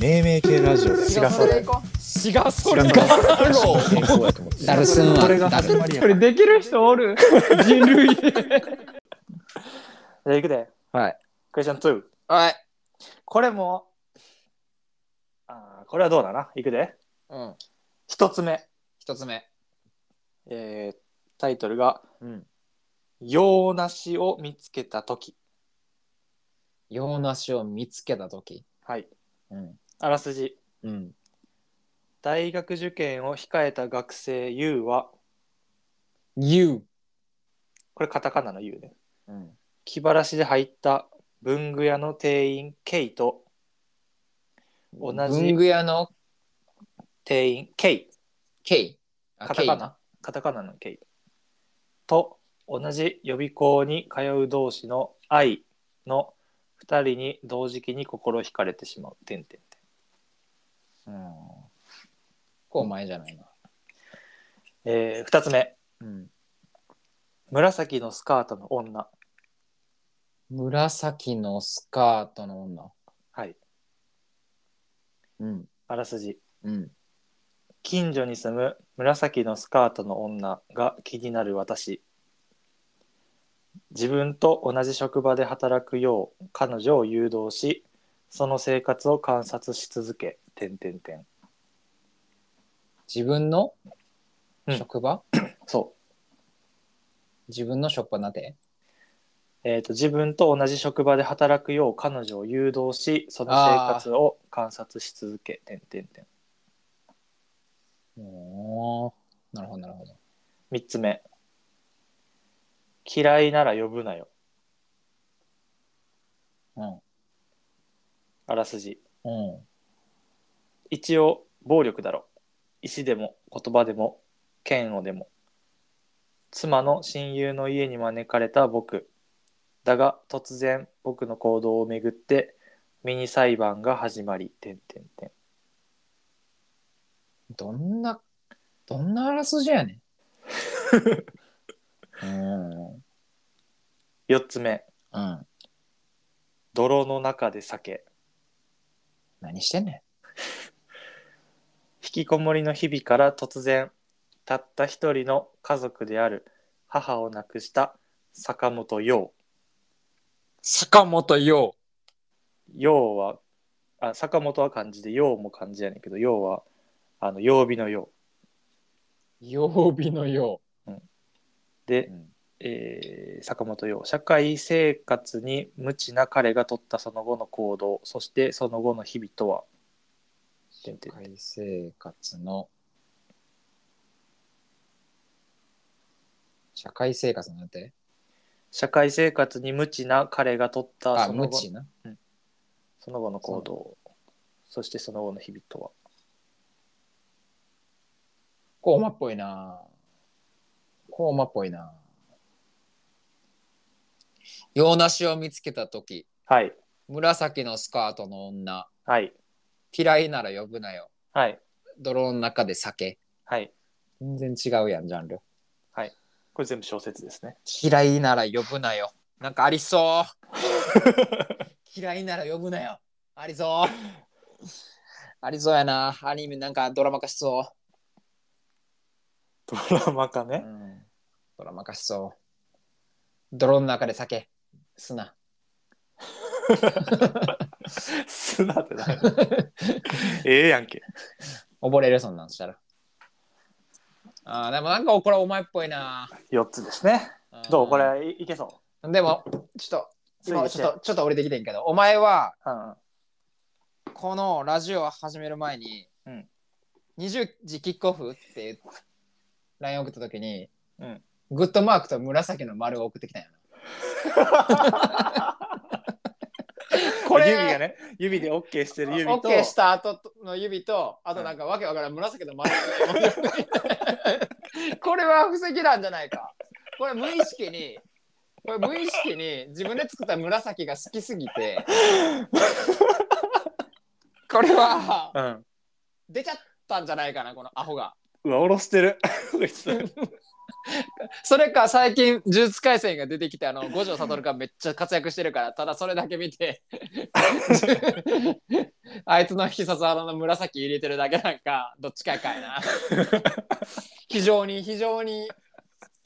命名系ラジオだよ違うそれ行こ違うそれ 違うか健康やと思ってダルスンはこれがダルこれできる人おる 人類うじゃあ行くではいクエスチョン2はいこれもあーこれはどうだな行くでうん一つ目一つ目えータイトルがうん「洋梨を見つけた時洋梨を見つけた時」はいうんあらすじうん大学受験を控えた学生 U は You これカタカナの U ねうん気晴らしで入った文具屋の店員 K と同じ文具屋の店員 K K あカタカ K なナカタカナの K と同じ予備校に通う同士の I の2人に同時期に心惹かれてしまう。てんてんてうんんこう前じゃないなえー、2つ目うん紫のスカートの女紫のスカートの女はいうんあらすじうん近所に住む紫のスカートの女が気になる私自分と同じ職場で働くよう彼女を誘導しその生活を観察し続けてんてんてん自分のうん職場、そう自分の職場なんてえー、と自分と同じ職場で働くよう彼女を誘導しその生活を観察し続けてんてんてんおーなるほどなるほど3つ目嫌いなら呼ぶなよあらすじうんうん一応暴力だろ石でも言葉でも剣をでも妻の親友の家に招かれた僕だが突然僕の行動をめぐってミニ裁判が始まりてんてんてんどんなどんなあらすじやね んうん4つ目うん泥の中で酒何してんね引きこもりの日々から突然たった一人の家族である母を亡くした坂本陽ん坂本陽陽はあ坂本は漢字で陽も漢字やねんけど陽はあの曜日の陽曜日の陽で、うんえー坂本陽社会生活に無知な彼が取ったその後の行動そしてその後の日々とはてんて社ん会生活の社会生活なんて社会生活に無知な彼が取ったあその無後知なその後の行動そしてその後の日々とはコーマっぽいなコーマっぽいな洋梨を見つけた時はい紫のスカートの女はい嫌いなら呼ぶなよはい泥の中で酒はい全然違うやんジャンルこれ全部小説ですね 嫌いなら呼ぶなよなんかありそう嫌いなら呼ぶなよありそうありそうやなアニメなんかドラマ化しそドラマかう、ねうんドラマ化しそう泥の中で酒砂砂ってない ええやんけ溺れるそんなんしたらあーでもなんかこれお前っぽいな4つですねうんどうこれいいけそでもちょっと今つちいてょっとちょっと俺できてんけどお前はう、うん、このラジオを始める前に、うん20時キックオフっていう LINE 送った時に、うんグッドマークと紫の丸を送ってきたんやな。これ指がね指で OK してる指とオッケーした後の指とあとなんかわけわからん紫の丸をこれは布石なんじゃないかこれ無意識にこれ無意識に自分で作った紫が好きすぎてこれはうん 出ちゃったんじゃないかなこのアホが。うわ下ろしてるそれか最近呪術廻戦が出てきてあの五条悟がめっちゃ活躍してるからただそれだけ見て あいつの必殺技の紫入れてるだけなんかどっちかやかいな非常に非常に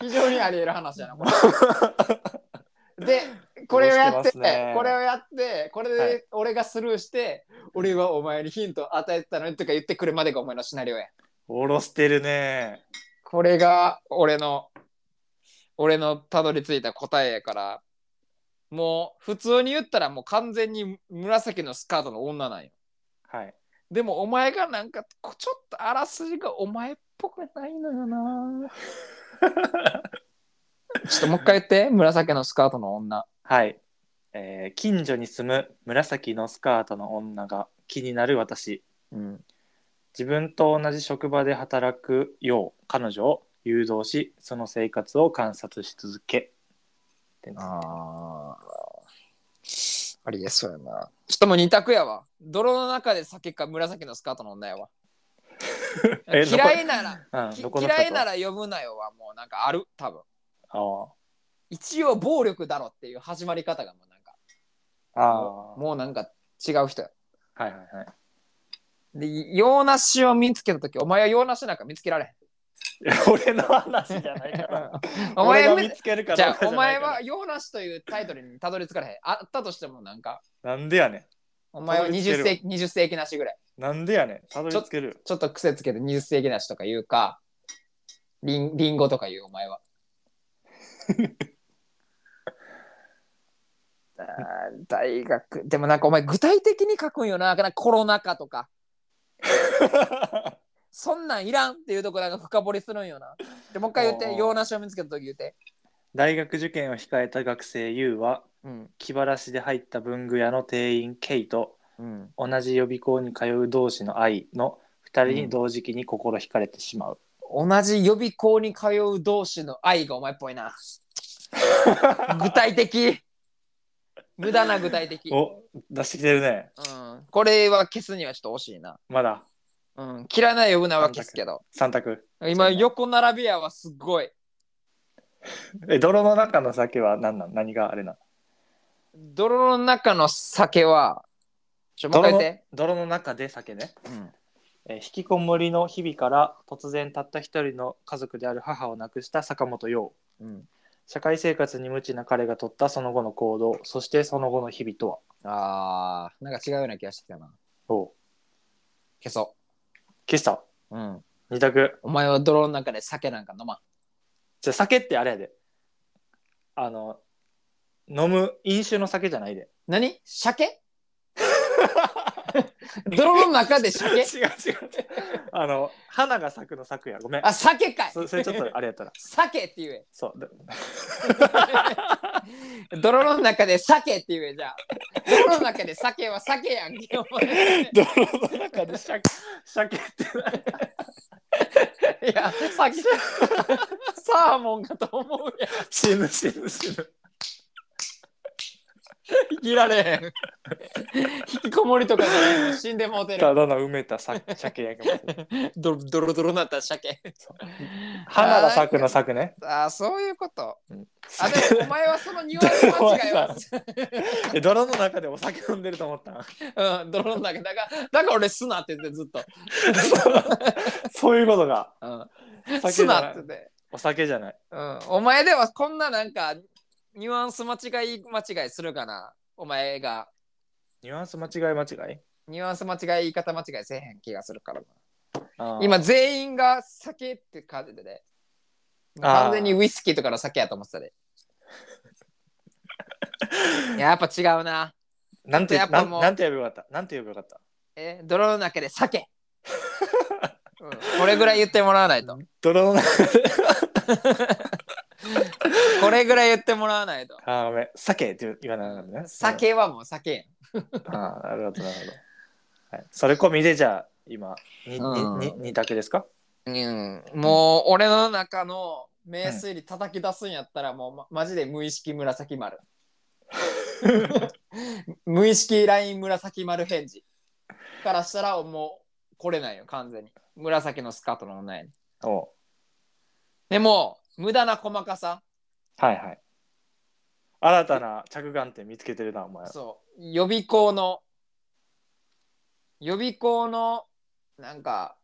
非常にあり得る話だなこれでこれをやって面白いですねこれをやってこれはで俺がスルーして、俺はお前にヒント与えてたのにとか言ってくるまでがお前のシナリオやおろしてるね。これが俺の俺のたどり着いた答えやからもう普通に言ったらもう完全に紫のスカートの女なんよはい。でもお前がなんかこちょっとあらすじがお前っぽくないのよな ちょっともう一回言って紫のスカートの女はい。えー近所に住む紫のスカートの女が気になる私。うん自分と同じ職場で働くよう彼女を誘導し、その生活を観察し続け。あーありえそうやなちょっともう二択やわ泥の中で酒か紫のスカートの女やわえどこ嫌いならうん、きどこの嫌いなら。ら呼ぶなよはもうなんかある多分あー一応暴力だろっていう始まり方がもうなんかあー。もうなんか違う人やはいはいはい。で洋梨を見つけた時お前は洋梨なんか見つけられへん 俺の話じゃないから。お前俺はが見つけるかじどうゃかじゃないかあおら前は洋梨というタイトルにたどり着かれへんあったとしてもなんかなんでやねお前はたどり着け20るわ世紀 ,20 世紀なしぐらいん。なんでやねん。たどり着ける。ちょっと癖つけて20世紀なしとか言うかりんりんごとか言うお 前はあー大学でもなんかお前具体的に書くんよななんかコロナ禍とかそんなんいらんっていうとこなんか深掘りするんよな。でもう一回言っおて、ー洋梨を見つけた時言って。大学受験を控えた学生 U はうん。気晴らしで入った文具屋の店員 K とうん。同じ予備校に通う同士の愛の2人に同時期に心惹かれてしまう、同じ予備校に通う同士の愛がお前っぽいな。具体的。無駄な具体的。う お出してきてるねん。これは消すにはちょっと惜しいな。まだうん。嫌いな呼ぶなは消すけど。 3択今、横並びやはすごい。え泥の中の酒は何なん何があれなん泥の中の酒は、ちょ、もう一泥回の言って。泥の中で酒ね、うんえー引きこもりの日々から突然たった一人の家族である母を亡くした坂本陽うん。社会生活に無知な彼が取ったその後の行動そしてその後の日々とはあー、なんか違うような気がしてきたな。お消そ消したう。うん。 2択お前は泥の中で酒なんか飲まん。じゃあ酒ってあれやであの飲む飲酒の酒じゃないで何 鮭泥の中で 違う違鮭う違うあの花が咲くの咲くやごめんあ、鮭かいそそれちょっとあれやったら鮭って言え。 そうだ泥の中で鮭って言えじゃあ。泥の中で鮭は鮭やんけ。お前 泥の中で鮭鮭っていや、鮭。サーモンかと思うやん。死ぬ死ぬ死 ぬ生きられへん。引きこもりとかじゃないの死んでもうてる。ただの埋めたさ鮭やけ どドロドロドロになった鮭。花が咲くの咲くねあ、そういうこと。あ、酒でもお前はそのニュアンス間違い は。え泥の中でお酒飲んでると思った んうん、泥の中だから、だから俺砂って言ってずっと。そういうことがうん、酒じゃ砂ないって言って。お酒じゃないうん、お前ではこんななんか、ニュアンス間違い間違いするかなお前が。ニュアンス間違い間違いニュアンス間違い、言い方間違いせえへん気がするからな。あー今、全員が酒って感じでね。あー完全にウイスキーとかの酒やと思ってた で。いややっぱ違うな。なんてやっぱなんもうなんて呼べばよかったなんて呼べばよかったえ、泥の中で酒。うん、これぐらい言ってもらわないと。泥の中でこれぐらい言ってもらわないと。あーごめん酒って言わないのね酒はもう酒やん。ああ、なるほど、なるほど。はい、それ込みで、じゃあ、今、に、うんに、に、二択ですか。うん、もう俺の中の名推理叩き出すんやったらもうまマジで無意識紫丸 無意識ライン紫丸返事からしたらもう来れないよ完全に紫のスカートの女やにおうでも無駄な細かさはいはい。新たな着眼点見つけてるな、お前。そう予備校の予備校のなんか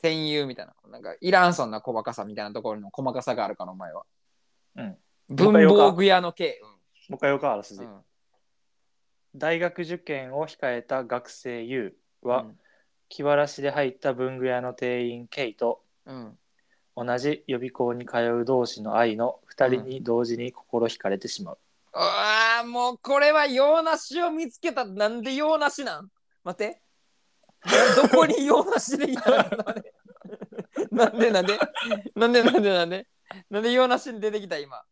戦友みたいななんかいらんそんな細かさみたいなところの細かさがあるからお前は、うん、文房具屋の系、もう一回よか、あらすうじ。んうん大学受験を控えた学生 U は、うん気晴らしで入った文具屋の店員 K とうん、同じ予備校に通う同士の愛の2人に同時に心惹かれてしまう。あーもうこれは洋梨を見つけたなんで洋梨なん待てどこに洋梨でいたのなんでなんでなんでなんでなんでなんで洋梨に出てきた今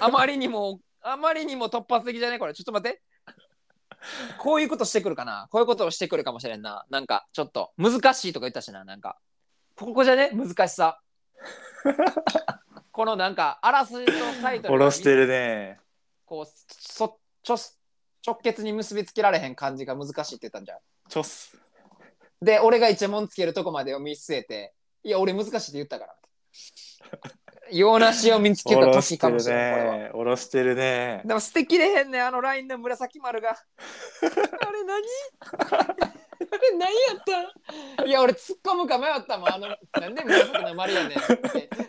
あまりにもあまりにも突発的じゃねこれちょっと待ってこういうことしてくるかなこういうことをしてくるかもしれんななんかちょっと難しいとか言ったしななんかここじゃね難しさこのなんかあらすじのタイトルおがろしてるね。こうそちょ直結に結びつけられへん感じが難しいって言ったんじゃん。ちょっす。で俺が一問つけるとこまでを見据えて「いや俺難しい」って言ったから。洋梨を見つけおたろし時てかるもしれない、これは。ね。おろしてるね。でも捨てきれへんねあのラインの紫丸 が。あれ何 あれ何やったんいや俺突っ込むか迷ったもんあのなんで紫の丸やねんって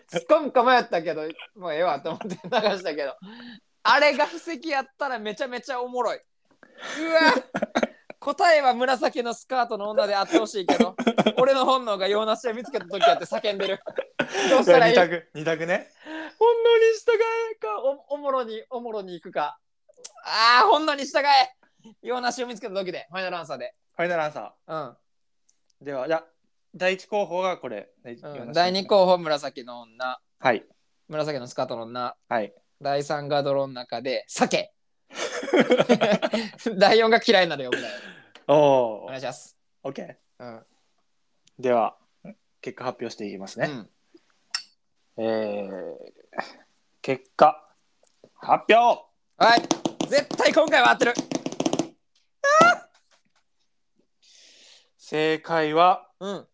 突っ込むか迷ったけどもうええわと思って流したけどあれが布石やったらめちゃめちゃおもろいうわ答えは紫のスカートの女であってほしいけど俺の本能が洋梨を見つけた時やって叫んでるどうしたらい2い択、二択ね。ほんのに従えかおおもろにおもろに行くかああほんのに従え洋梨を見つけた時でファイナルアンサーでファイナルアンサうんー。では、じゃあ第一候補がこれ。うん第2。候補紫の女はい。紫のスカートの女はい。第3が泥の中で 鮭第4が嫌いになるよみたいなおおお願い。しますオッケー。うん、では、結果発表していきますうね。ん、えー結果発表はい絶対今回は合ってる正解はうん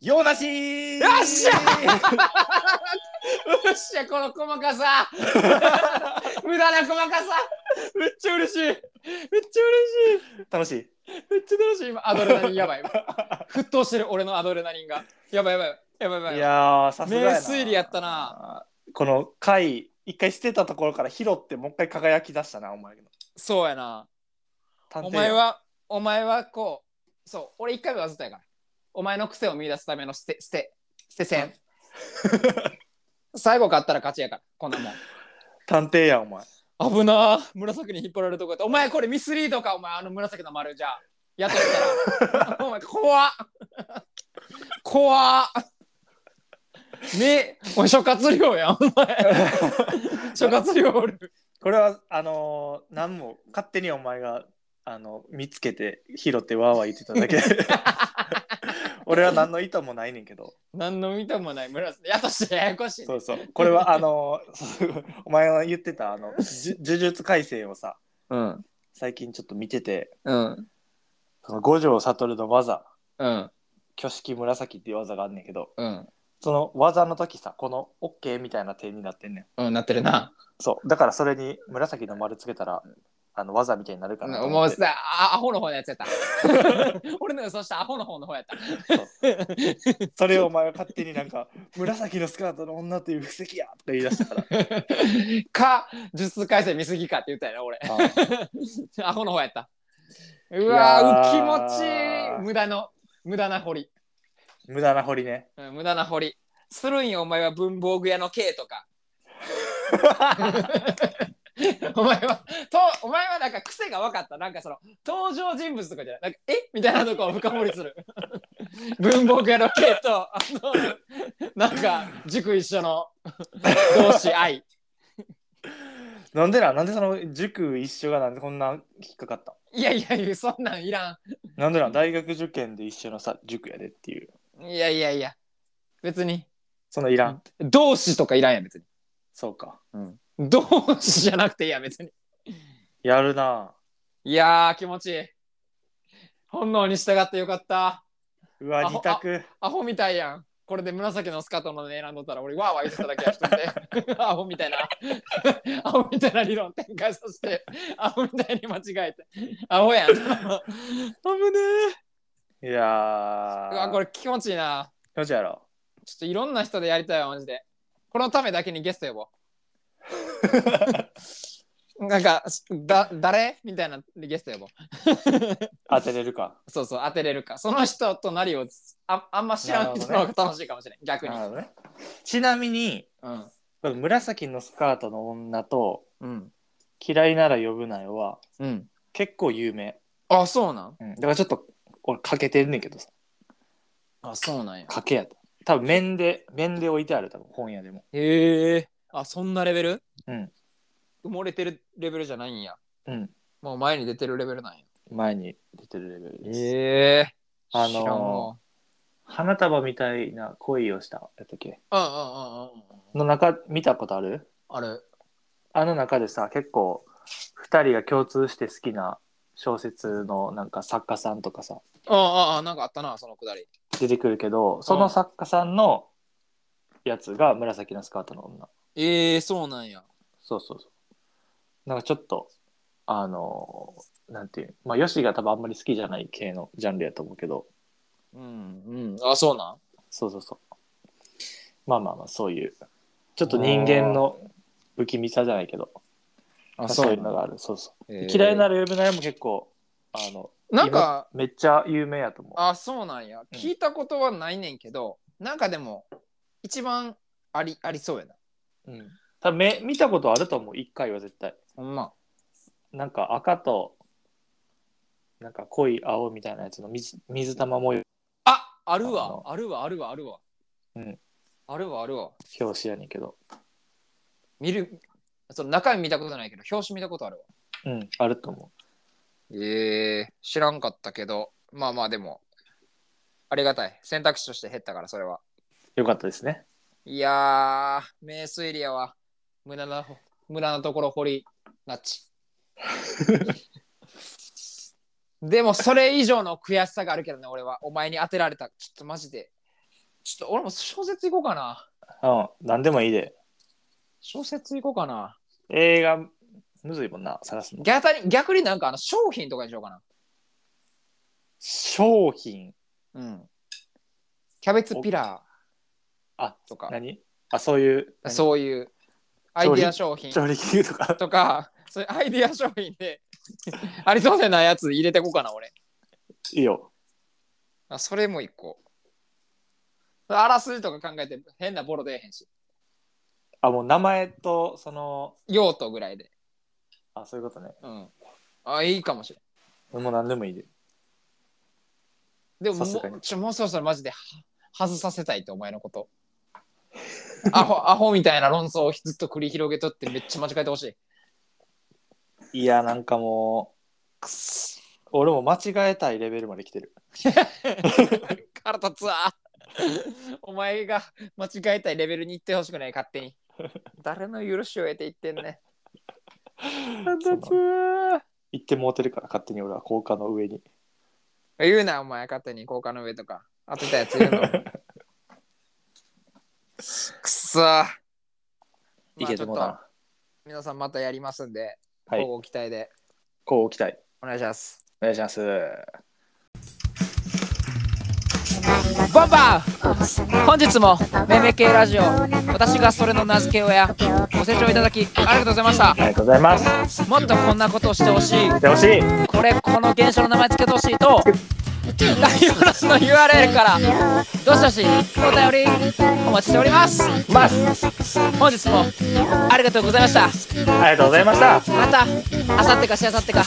洋梨よっしゃよっしゃこの細か さ無駄な細かさめっちゃ嬉しいめっちゃ嬉しい楽しいめっちゃ楽しい今アドレナリンやばい 今沸騰してる俺のアドレナリンがやばいやばいやばいやばいいやーさすがやな名推理やったなこの回一回捨てたところから拾ってもう一回輝き出したなお前のそうやな探偵お前はお前はこうそう俺一回目はずっとやからお前の癖を見出すための捨て捨て捨て 戦最後勝ったら勝ちやからこんなもん探偵やお前危なー紫に引っ張られるとこやったお前これミスリードかお前あの紫の丸じゃあやってた らお前怖っ 怖っねお前諸葛亮やんお前 諸葛亮おるこれはあのー、何も勝手にお前があの見つけて拾ってわーわー言ってただけ 俺は何の意図もないねんけど何の見たもない紫やとしてややこしいねそうそうこれはあのー お前が言ってたあのじゅ呪術改正をさうん最近ちょっと見ててうんその五条悟の技うん挙式紫っていう技があんねんけどうんその技の時さこの OK みたいな点になってんねんうんなってる なそうだからそれに紫の丸つけたらあの技みたいになるかなとも思うってさあアホの方のやつやった 俺の予想したアホの方の方や ったそれをお前は勝手になんか「紫のスカートの女という布石や!」とか言い出したからか呪術改正見すぎかって言ったよな俺 あーアホの方やった。ういやわーー、浮き持ち無駄の、無駄な掘り。無駄な掘りねうん無駄な掘り。するんよ、お前は文房具屋の刑とか。 お前は、と、お前はなんか癖が分かった。なんかその、登場人物とかじゃない。なんか、えみたいなとこを深掘りする。文房具屋の刑と、あの、なんか、塾一緒の同志愛。なんでななんでその塾一緒がなんでこんな引っかかったいやいやいや、そんなんいらん。なんでな大学受験で一緒のさ塾やでっていういやいやいや、別に。そのいらん、同志とかいらんやん、別に。そうか同志じゃなくていいや別にやるないやー気持ちいい本能に従ってよかったうわ、あほ二択。アホみたいやん。これで紫のスカートの選んどったら俺わーわー言ってただけや人で アホみたいなアホみたいな理論展開させてアホみたいに間違えてアホやんういやー。わこれ気持ちいいなどうじゃろちょっといろんな人でやりたいわマジでこのためだけにゲスト呼ぼうなんかだ誰みたいなゲスト呼ぼう当てれるか。そうそう当てれるかその人となりをああんま知らん人の方が楽しいかもしれない、逆になるほどね。ちなみに、うんこの紫のスカートの女とうん嫌いなら呼ぶなよはうん結構有名。あそうなんうん、だからちょっと俺かけてんねんけどさ、あそうなんやかけやと。多分面で、面で置いてある、多分本屋でも。へえ。あ、そんなレベルうん。埋もれてるレベルじゃないんや。うん。もう前に出てるレベルなんや。前に出てるレベルです。ええあ知らんのわ花束みたいな恋をしたやったっけうんうんうんうん。の中、見たことあるあれ。あの中でさ、結構、二人が共通して好きな小説のなんか作家さんとかさ、ああ、ああ、なんかあったな、そのくだり。出てくるけど、その作家さんのやつが紫のスカートの女。ええそうなんや。そうそうそう。なんかちょっと、あのーなんていう、まあ、ヨシが多分あんまり好きじゃない系のジャンルやと思うけど、うんうん。あ、そうなんそうそうそう。まあまあまあ、そういう、ちょっと人間の不気味さじゃないけど、あそういうのがある。そうそう。ええ嫌いなら呼ぶなよも結構、あの、なんか、めっちゃ有名やと思う。あ、そうなんや。聞いたことはないねんけど、なんかでも、一番ありありそうやな。うん。多分め見たことあると思う、一回は絶対。ほんま。なんか赤と、なんか濃い青みたいなやつの水水玉模様あ、あるあわ。のあるわ、あるわ、あるわ。うん。あるわ、あるわ。表紙やねんけど、見る、その中身見たことないけど、表紙見たことあるわ。うん、あると思う。ええ知らんかったけど、まあまあでも、ありがたい。選択肢として減ったから、それは。よかったですね。いやー、名推理やわ。無駄な、無駄なところ掘り、なっち。でも、それ以上の悔しさがあるけどね、俺は。お前に当てられた。ちょっとマジで。ちょっと俺も小説行こうかな。うん、何でもいいで。小説行こうかな。映画、むずいもんな、探すの。逆に、逆になんかあの商品とかにしようかな。商品。うん。キャベツピラあ、ーとか。何あ、そういう、何そういうアイディア商品調理器具とか。 とか、そういうアイディア商品で ありそうでないやつ入れてこうかな、俺。いいよ。あそれも一個。あらすじとか考えて変なボロ出えへんし。あ、もう名前と、その、用途ぐらいで。あ、そういうことね。うん。あ、いいかもしれん。もう何でもいいで。でもさすがもうにちょ、もうそろそろマジでは外させたいって、お前のこと。アホ アホみたいな論争をずっと繰り広げとってめっちゃ間違えてほしい。いや、なんかもくっす。う、俺も間違えたいレベルまで来てる。腹立つわ。 お前が間違えたいレベルに行ってほしくない、勝手 に。誰の許しを得て言ってんね。立つ行ってもうてるから、勝手に俺は高架の上に。言うな、お前、勝手に高架の上とか。当てたやつ言うの。 くっそー。行けてもうまたあちょっな。と皆さんまたやりますんで、は乞うい。ご期待でこう置きたい。お願いします。お願いします。バンバン本日もめめ系ラジオ私がそれの名付け親ごご清清聴聴いいたただだききあありりががととううごござざいいままししたたもありがとうございます。っとこんなことをしてほしいでほしい。これこの現象の名前付けてほしいと概要欄の URL からどしどしお便りお待ちしておりますます。本日もありがとうございましたありがとうございました。また明後日かしあさってか